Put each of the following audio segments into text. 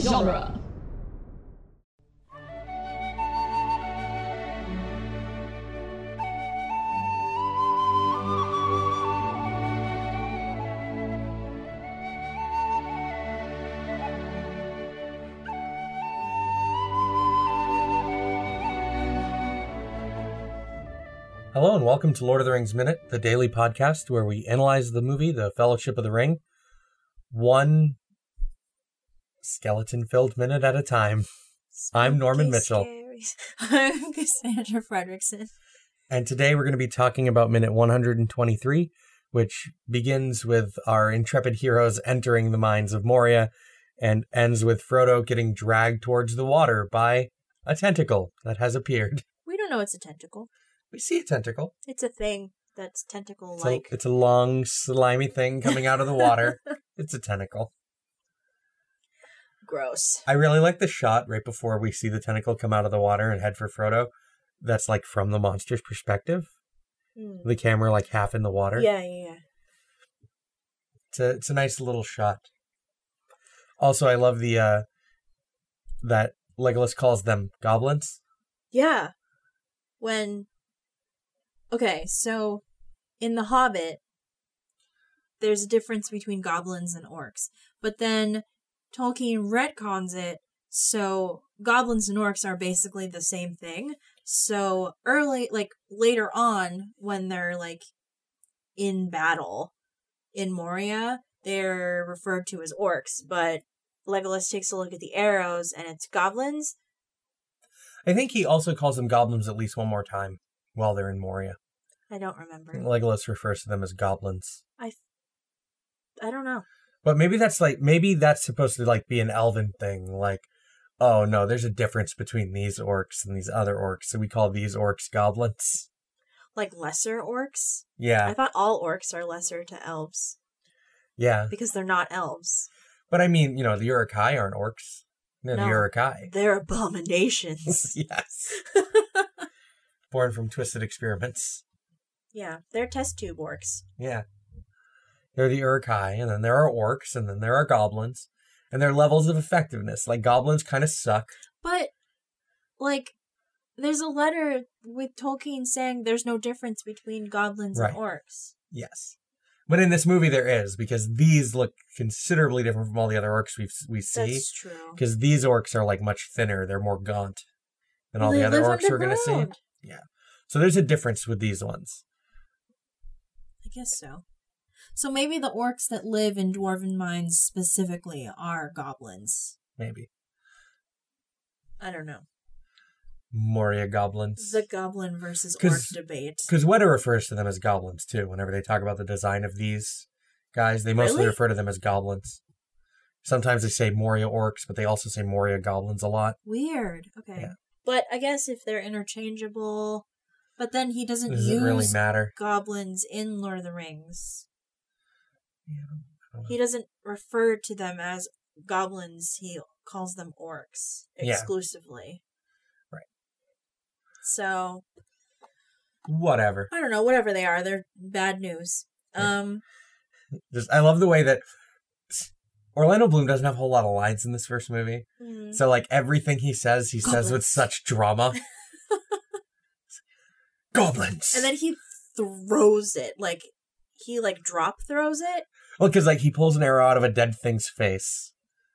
genre. Hello and welcome to Lord of the Rings Minute, the daily podcast where we analyze the movie The Fellowship of the Ring, one skeleton-filled minute at a time. I'm Norman Mitchell. I'm Cassandra Fredrickson. And today we're going to be talking about minute 123, which begins with our intrepid heroes entering the mines of Moria and ends with Frodo getting dragged towards the water by a tentacle that has appeared. We don't know it's a tentacle. We see a tentacle. It's a thing that's tentacle It's a, like. it's a long, slimy thing coming out of the water. it's a tentacle. Gross. I really like the shot right before we see the tentacle come out of the water and head for Frodo. That's like from the monster's perspective. Mm. The camera like half in the water. Yeah, yeah, yeah. It's a, it's a nice little shot. Also, I love the uh that Legolas calls them goblins. Yeah. When. Okay, so in The Hobbit, there's a difference between goblins and orcs. But then Tolkien retcons it, so goblins and orcs are basically the same thing. So early, like later on, when they're like in battle in Moria, they're referred to as orcs. But Legolas takes a look at the arrows and it's goblins. I think he also calls them goblins at least one more time while they're in Moria. I don't remember. Legolas refers to them as goblins. I don't know. But maybe that's like maybe that's supposed to like be an elven thing like oh no, there's a difference between these orcs and these other orcs. So we call these orcs goblins. like lesser orcs. Yeah. I thought all orcs are lesser to elves Yeah. because they're not elves. But I mean, you know, the Urukai aren't orcs. They're No. the Urukai. They're abominations. yes. Born from twisted experiments. yeah, they're test tube orcs. Yeah. They're the Urukai, and then there are orcs, and then there are goblins. And their levels of effectiveness. Like goblins kind of suck. But like there's a letter with Tolkien saying there's no difference between goblins Right. and orcs. Yes. But in this movie there is, because these look considerably different from all the other orcs we've we see. That's true. Because these orcs are like much thinner, they're more gaunt than all the Well, they other live orcs we're gonna see. underground. So there's a difference with these ones. I guess so. So maybe the orcs that live in dwarven mines specifically are goblins. Maybe. I don't know. Moria goblins. The goblin versus 'Cause- orc debate. Because Weta refers to them as goblins too. Whenever they talk about the design of these guys, they mostly Really? refer to them as goblins. Sometimes they say Moria orcs, but they also say Moria goblins a lot. Weird. Okay. Yeah. But I guess if they're interchangeable, but then he doesn't It doesn't use really matter. goblins in Lord of the Rings. Yeah. He doesn't refer to them as goblins. He calls them orcs Yeah. exclusively. Right. So Whatever. I don't know. Whatever they are, they're bad news. Yeah. Um. Just I love the way that Orlando Bloom doesn't have a whole lot of lines in this first movie. mm, So like everything he says, he says with Goblins. such drama. goblins. And then he throws it like he like drop throws it. well, because like he pulls an arrow out of a dead thing's face,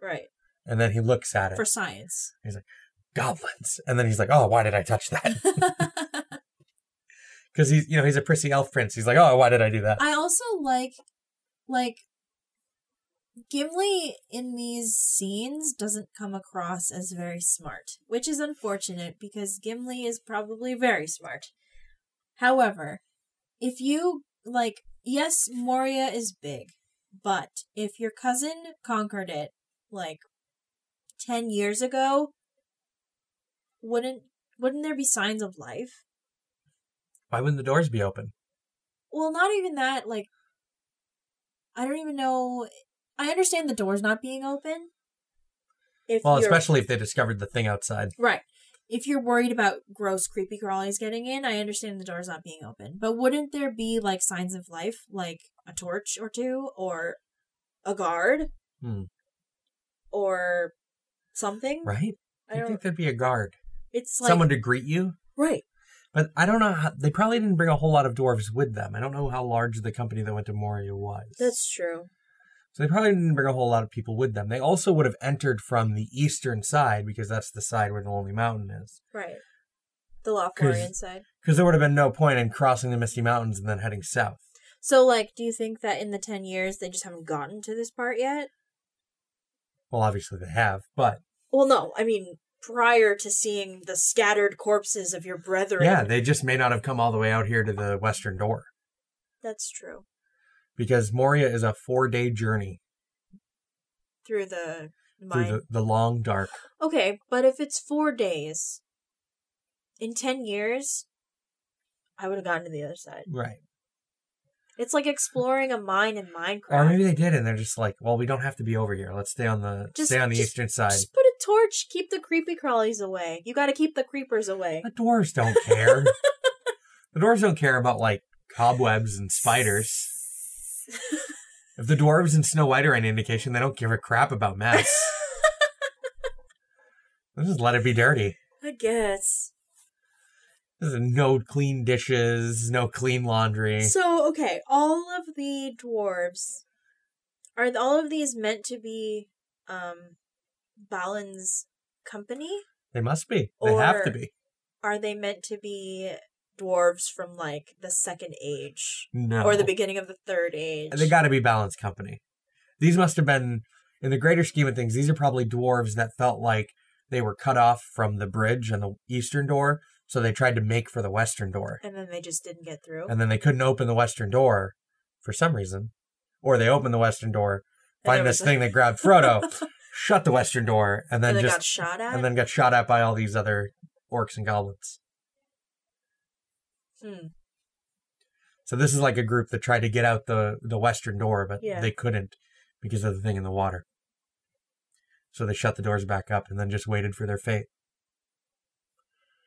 Right. and then he looks at it. For science. goblins. And then he's like, oh, why did I touch that? Because he's, you know, he's a prissy elf prince. He's like, oh, why did I do that? I also like, like, Gimli in these scenes doesn't come across as very smart, which is unfortunate because Gimli is probably very smart. However, if you, like, yes, Moria is big, but if your cousin conquered it, like, 10 years ago, wouldn't wouldn't there be signs of life? Why wouldn't the doors be open? well not even that like i don't even know i understand the doors not being open if Well, you're especially if they discovered the thing outside. right if you're worried about gross creepy crawlies getting in i understand the doors not being open but wouldn't there be like signs of life like a torch or two or a guard Hmm. or something. right? I I don't. think there'd be a guard, It's like someone to greet you. right. But I don't know. How, they probably didn't bring a whole lot of dwarves with them. I don't know how large the company that went to Moria was. That's true. so they probably didn't bring a whole lot of people with them. They also would have entered from the eastern side because that's the side where the Lonely Mountain is. Right. The Lothlorien side. Because there would have been no point in crossing the Misty Mountains and then heading south. So, like, do you think that in the 10 years they just haven't gotten to this part yet? Well, obviously they have, but Well, no. I mean, prior to seeing the scattered corpses of your brethren. yeah, they just may not have come all the way out here to the western door That's true. because Moria is a four-day journey Through the through mine. the, the long dark. Okay, but if it's four days, in 10 years, I would have gotten to the other side. Right. It's like exploring a mine in Minecraft. Or maybe they did, and they're just like, well, we don't have to be over here. Let's stay on the Just- stay on the just- eastern side. Just put a torch. Keep the creepy crawlies away. You got to keep the creepers away. The dwarves don't care. the dwarves don't care about like cobwebs and spiders. If the dwarves and Snow White are any indication, they don't give a crap about mess. They just let it be dirty. I guess. There's no clean dishes, no clean laundry. So okay, all of the dwarves are all of these meant to be um Balin's company? they must be. They have to Or- be. Are they meant to be dwarves from like the second age No. or the beginning of the third age? They got to be balanced company. These must have been, in the greater scheme of things, these are probably dwarves that felt like they were cut off from the bridge and the eastern door, so they tried to make for the western door, and then they just didn't get through. and then they couldn't open the western door for some reason, or they opened the western door, find this thing that grabbed Frodo, shut the western door, and and then they got just shot at. and then got shot at by all these other orcs and goblins. Hmm. So this is like a group that tried to get out the the western door, but Yeah. they couldn't because of the thing in the water. So they shut the doors back up and then just waited for their fate.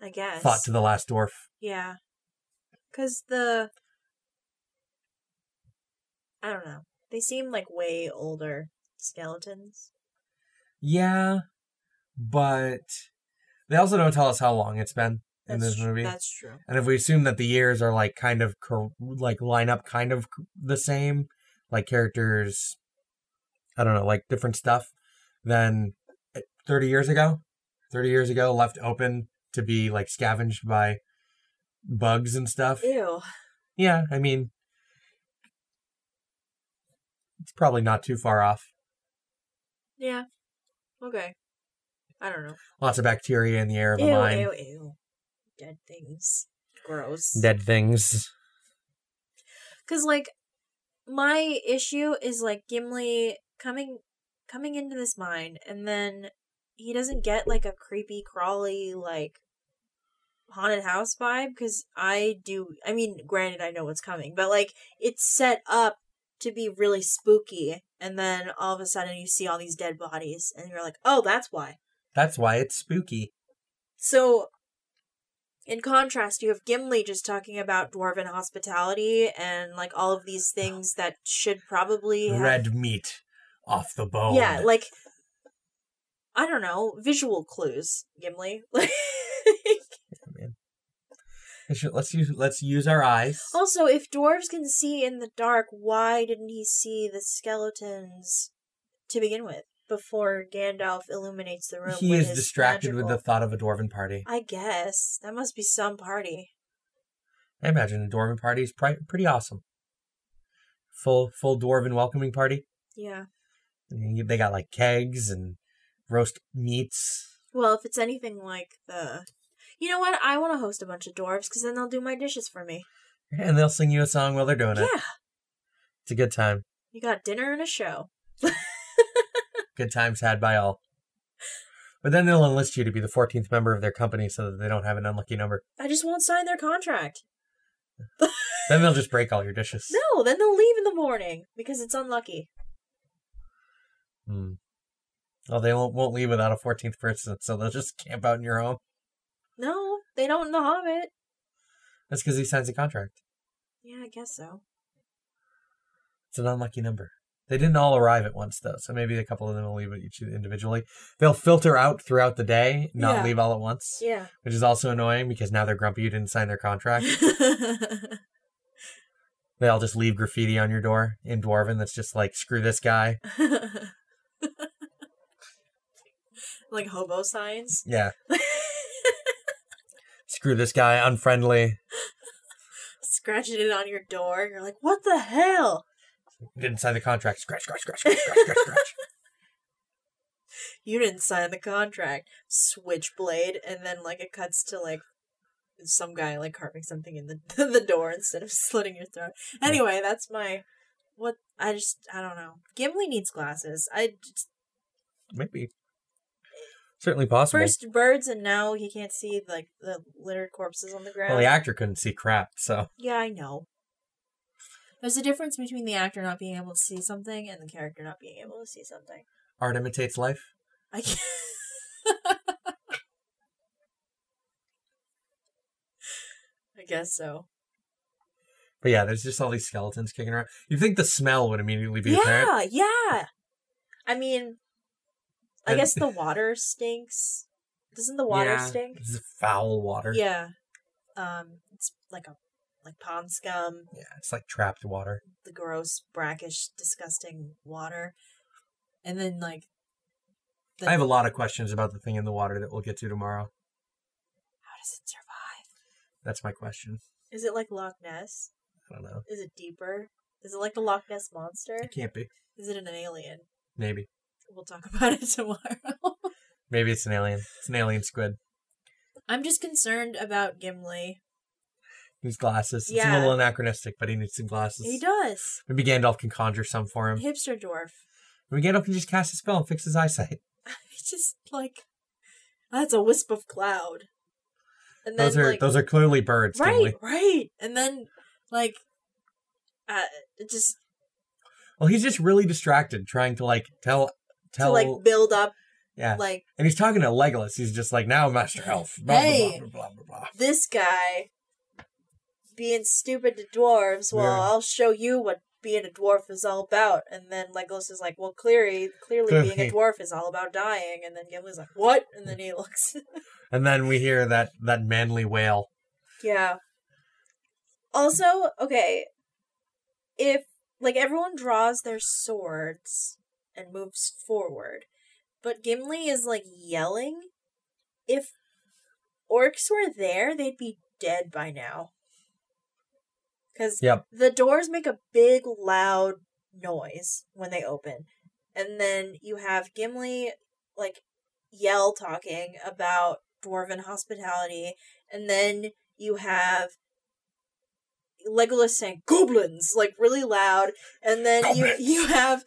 I guess. Fought to the last dwarf. Yeah. Cause the I don't know. They seem like way older skeletons. Yeah, but they also don't tell us how long it's been in That's this tr- movie. That's true. And if we assume that the years are like kind of cor- like line up kind of c- the same, like characters, I don't know, like different stuff, then eh, 30 years ago, 30 years ago, left open to be like scavenged by bugs and stuff. Ew. Yeah, I mean, it's probably not too far off. Yeah. Okay. I don't know. Lots of bacteria in the air of the ew, mine, ew, ew. Dead things. Gross. dead things. Cause like my issue is like Gimli coming coming into this mine and then he doesn't get like a creepy crawly like haunted house vibe because I do I mean granted I know what's coming but like it's set up to be really spooky and then all of a sudden you see all these dead bodies and you're like oh that's why That's why it's spooky. so, in contrast, you have Gimli just talking about dwarven hospitality and like all of these things that should probably have, Red meat off the bone. Yeah, like I don't know, visual clues, Gimli. Like Let's ju- Let's use let's use our eyes. also, if dwarves can see in the dark, why didn't he see the skeletons to begin with before Gandalf illuminates the room? he with is his distracted with the magical- thought of a dwarven party. I guess that must be some party. I imagine a dwarven party is pri- pretty awesome. Full full dwarven welcoming party. Yeah. I mean, they got like kegs and roast meats. Well, if it's anything like the. You know what? I want to host a bunch of dwarves because then they'll do my dishes for me. And they'll sing you a song while they're doing it. Yeah. It's a good time. You got dinner and a show. Good times had by all. But then they'll enlist you to be the 14th member of their company so that they don't have an unlucky number. I just won't sign their contract. Then they'll just break all your dishes. No, then they'll leave in the morning because it's unlucky. Hmm. Oh, they won't, won't leave without a 14th person, so they'll just camp out in your home. No, they don't in The Hobbit. That's because he signs a contract. Yeah, I guess so. It's an unlucky number. They didn't all arrive at once, though, so maybe a couple of them will leave each individually. They'll filter out throughout the day, not Yeah. leave all at once, Yeah. which is also annoying because now they're grumpy you didn't sign their contract. they all just leave graffiti on your door in Dwarven that's just like, screw this guy. like hobo signs. Yeah. screw this guy, unfriendly. Scratching it on your door. You're like, what the hell? Didn't sign the contract. Scratch, scratch, scratch, scratch, scratch, scratch, scratch. You didn't sign the contract. Switchblade. And then, like, it cuts to, like, some guy, like, carving something in the, the door instead of slitting your throat. Anyway, that's my. What? I just. I don't know. Gimli needs glasses. I. Just, Maybe. Certainly possible. first birds, and now he can't see, like, the littered corpses on the ground. well, the actor couldn't see crap, so Yeah, I know. There's a difference between the actor not being able to see something and the character not being able to see something. art imitates life. I can't. I guess so. But yeah, there's just all these skeletons kicking around. You'd think the smell would immediately be apparent. Yeah, yeah. I mean, I And- guess the water stinks. Doesn't the water Yeah. stink? This is foul water. Yeah. Um, it's like a like pond scum, Yeah, it's like trapped water. the gross, brackish, disgusting water, and then like. the- I have a lot of questions about the thing in the water that we'll get to tomorrow. How does it survive? That's my question. Is it like Loch Ness? I don't know. Is it deeper? Is it like the Loch Ness monster? It can't be. Is it an alien? Maybe. We'll talk about it tomorrow. Maybe it's an alien. It's an alien squid. I'm just concerned about Gimli. Needs glasses. It's a Yeah. little anachronistic, but he needs some glasses. He does. Maybe Gandalf can conjure some for him. Hipster dwarf. Maybe Gandalf can just cast a spell and fix his eyesight. It's just like that's a wisp of cloud. And then Those are like those are clearly birds, right, Gimli. right. And then like uh, it just Well, he's just really distracted trying to like tell tell to like build up yeah. like And he's talking to Legolas. He's just like, now Master Elf. Blah, blah, Hey. blah, blah, blah, blah. this guy being stupid to dwarves. Well, Yeah. I'll show you what being a dwarf is all about. And then Legolas is like, well, clearly, clearly being a Clearly. dwarf is all about dying. And then Gimli's like, what? And then he looks, And then we hear that that manly wail. yeah. Also, okay, if like everyone draws their swords and moves forward, but Gimli is like yelling. If orcs were there, they'd be dead by now. Because Yep. the doors make a big loud noise when they open and then you have gimli like yell talking about dwarven hospitality and then you have legolas saying goblins like really loud and then Goblins. you you have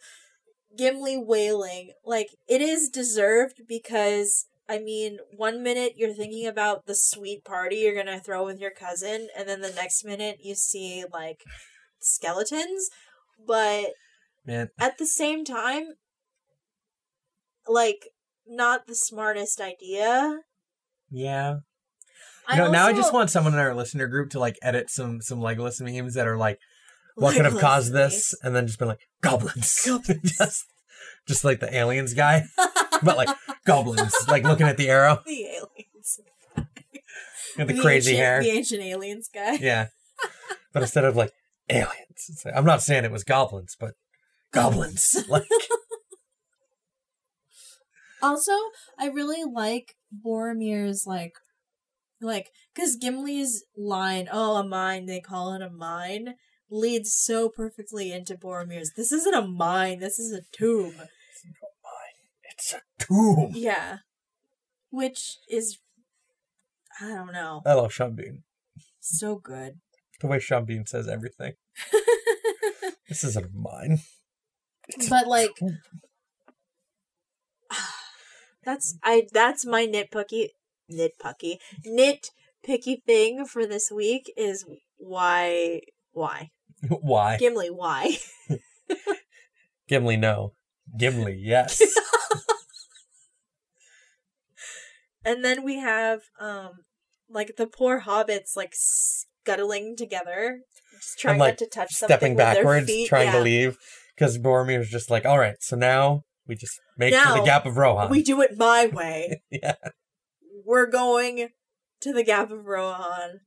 gimli wailing like it is deserved because I mean, one minute you're thinking about the sweet party you're gonna throw with your cousin, and then the next minute you see like skeletons. But Man, at the same time, like not the smartest idea. yeah. I You know, now I also- just want someone in our listener group to like edit some some Legolas memes that are like, what could have Legolas caused is this? And then just been like, goblins. Goblins. just, just like the aliens guy, nice. but like goblins, like looking at the arrow the aliens, and the, crazy ancient, hair. the ancient aliens guy. Yeah. But instead of like aliens, it's like, I'm not saying it was goblins, but goblins. Like, Also, I really like Boromir's like like cuz Gimli's line, "Oh, a mine, they call it a mine." leads so perfectly into Boromir's. This isn't a mine, this is a tomb. it's a tomb. Yeah. Which is I don't know. I love Sean Bean. So good. The way Sean Bean says everything. This isn't mine. but like that's I that's my nitpicky nitpicky nitpicky thing for this week is why why Why? Gimli why Gimli, no. Gimli, yes. and then we have um like the poor hobbits like scuttling together just trying like, not to touch something Stepping with their backwards, feet. trying Yeah. to leave. because Boromir's just like, all right, so now we just make for Now the Gap of Rohan. We do it my way. yeah, We're going to the Gap of Rohan.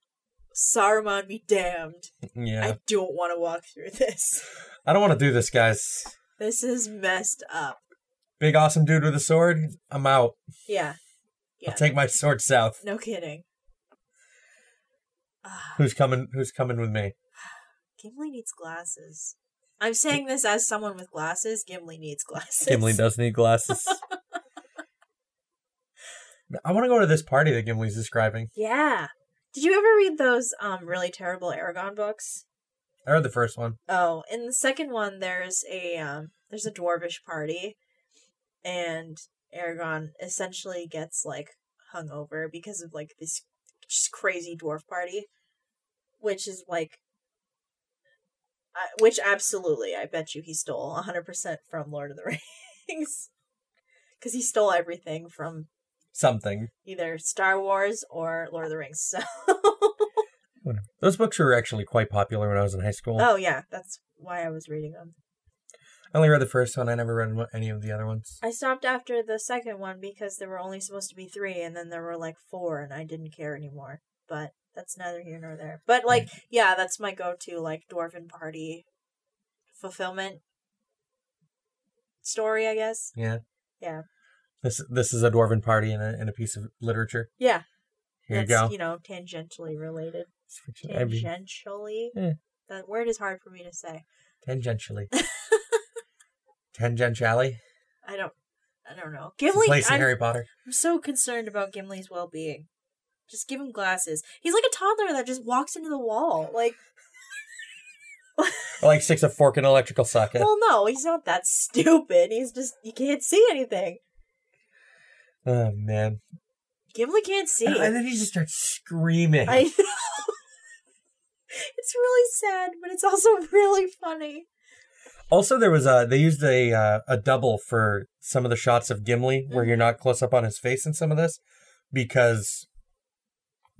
Saruman be damned. yeah. I don't want to walk through this. I don't want to do this, guys. This is messed up. Big awesome dude with a sword. I'm out. Yeah. Yeah. I'll take my sword south. no kidding. Ah, Who's coming? Who's coming with me? Gimli needs glasses. I'm saying this as someone with glasses. Gimli needs glasses. Gimli does need glasses. I want to go to this party that Gimli's describing. Yeah. Did you ever read those um really terrible Aragon books? I read the first one. Oh, in the second one, there's a um, there's a dwarvish party, and Aragon essentially gets like hung over because of like this just crazy dwarf party, which is like, I which absolutely, I bet you he stole hundred percent from Lord of the Rings, because he stole everything from Something. either Star Wars or Lord of the Rings. So, Whatever. Those books were actually quite popular when I was in high school. oh yeah, that's why I was reading them. I only read the first one. I never read mo- any of the other ones. I stopped after the second one because there were only supposed to be three, and then there were like four, and I didn't care anymore. But that's neither here nor there. But like, Mm. yeah, that's my go-to like dwarven party fulfillment story, I guess. Yeah. Yeah. This this is a dwarven party in a, in a piece of literature. Yeah, Here you that's, go. You know, tangentially related. It's fiction. I mean, Tangentially, Yeah. that word is hard for me to say. tangentially. Tangentially. I don't, I don't know. It's a Gimli, place in I'm- Harry Potter. I'm so concerned about Gimli's well being. Just give him glasses. He's like a toddler that just walks into the wall. Like, I like sticks a fork in an electrical socket. well, no, he's not that stupid. He's just, you can't see anything. Oh man! Gimli can't see. And, and then he just starts screaming. I it's really sad, but it's also really funny. Also, there was a they used a uh, a double for some of the shots of Gimli where you're not close up on his face in some of this because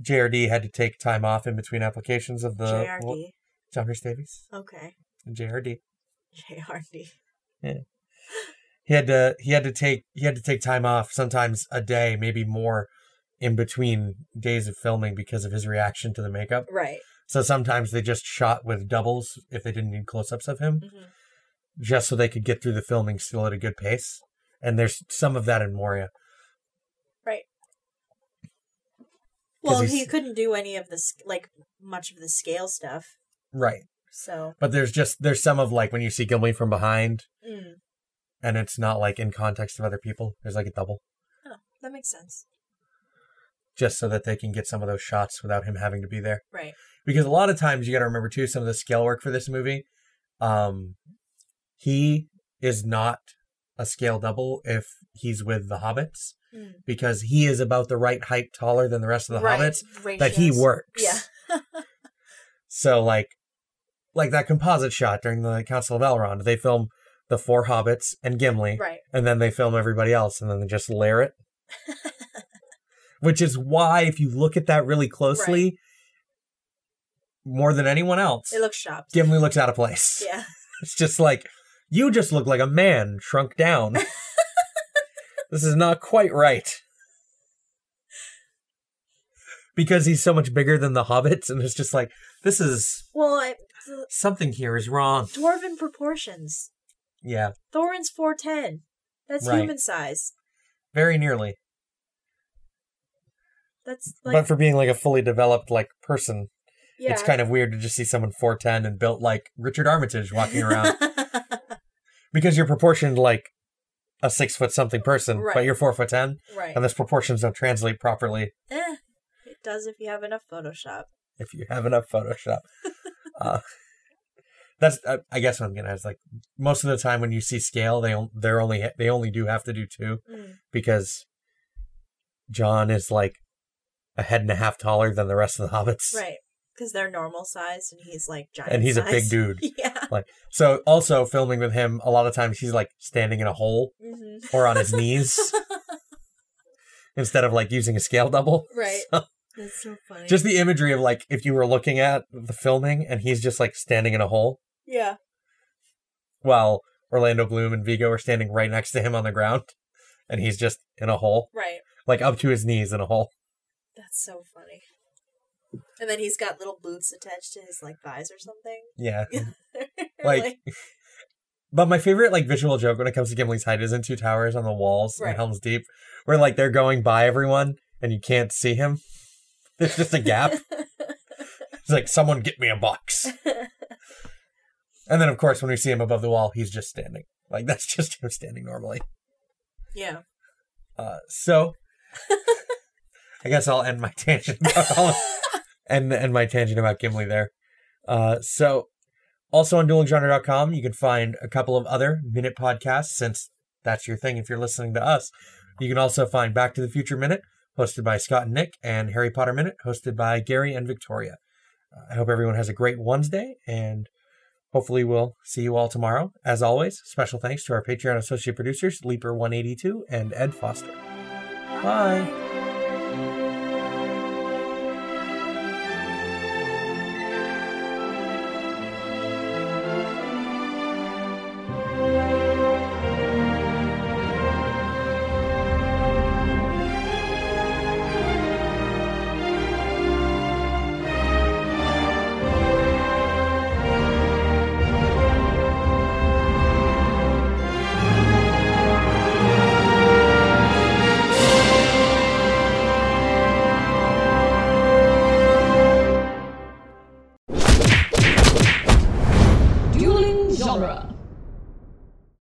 JRD had to take time off in between applications of the Uh, well, JRD. John Rhys Davies Okay. and JRD. JRD. He had to he had to take he had to take time off sometimes a day, maybe more, in between days of filming because of his reaction to the makeup. Right. So sometimes they just shot with doubles if they didn't need close ups of him. hmm just so they could get through the filming still at a good pace. And there's some of that in Moria. Well, he's- he couldn't do any of this, like, much of the scale stuff. Right. So, But there's just there's some of like when you see Gimli from behind mm, and it's not like in context of other people. There's like a double. that makes sense. Just so that they can get some of those shots without him having to be there. Right. Because a lot of times you gotta remember too, some of the scale work for this movie. Um he is not a scale double if he's with the hobbits Mm. because he is about the right height taller than the rest of the right. hobbits that he Ratios. works. Yeah. So like like that composite shot during the Council of Elrond, they film the four hobbits and Gimli, Right. and then they film everybody else, and then they just layer it. Which is why, if you look at that really closely, more than anyone else, It looks shopped. Gimli looks out of place. Yeah. It's just like you just look like a man shrunk down. this is not quite right. Because he's so much bigger than the hobbits, and it's just like this is Well, it, something here is wrong. dwarven proportions. Yeah, Thorin's 410. That's Right. human size. very nearly. That's like but for being like a fully developed like person, yeah. it's kind of weird to just see someone 4'10 and built like Richard Armitage walking around because you're proportioned like a six foot something person, Right. but you're four foot 10, right. and those proportions don't translate properly Eh, it does if you have enough Photoshop. if you have enough Photoshop. uh, that's I, I guess what I'm getting at is like most of the time when you see scale, they on- they're only they only do have to do two Mm. because John is like a head and a half taller than the rest of the hobbits. Right. Because they're normal sized and he's like giant. And he's a big size. dude. Yeah. So also filming with him, a lot of times he's like standing in a hole hmm or on his knees instead of like using a scale double. Right. So, That's so funny. just the imagery of like if you were looking at the filming and he's just like standing in a hole. yeah. while Orlando Bloom and Vigo are standing right next to him on the ground, and he's just in a hole, Right. like up to his knees in a hole. That's so funny. And then he's got little boots attached to his like thighs or something. Yeah. Like, Like- But my favorite like visual joke when it comes to Gimli's Height is in Two Towers on the walls in Right. Helm's Deep, where like they're going by everyone and you can't see him. There's just a gap. it's like someone get me a box. And then of course when we see him above the wall, he's just standing. Like that's just him standing normally. yeah. Uh, so I guess I'll end my tangent about all and and my tangent about Gimli there. Uh, so also on duelinggenre.com, you can find a couple of other minute podcasts since that's your thing if you're listening to us. You can also find Back to the Future Minute, hosted by Scott and Nick, and Harry Potter Minute, hosted by Gary and Victoria. Uh, I hope everyone has a great Wednesday, and hopefully we'll see you all tomorrow. As always, special thanks to our Patreon associate producers, Leaper182 and Ed Foster. Bye.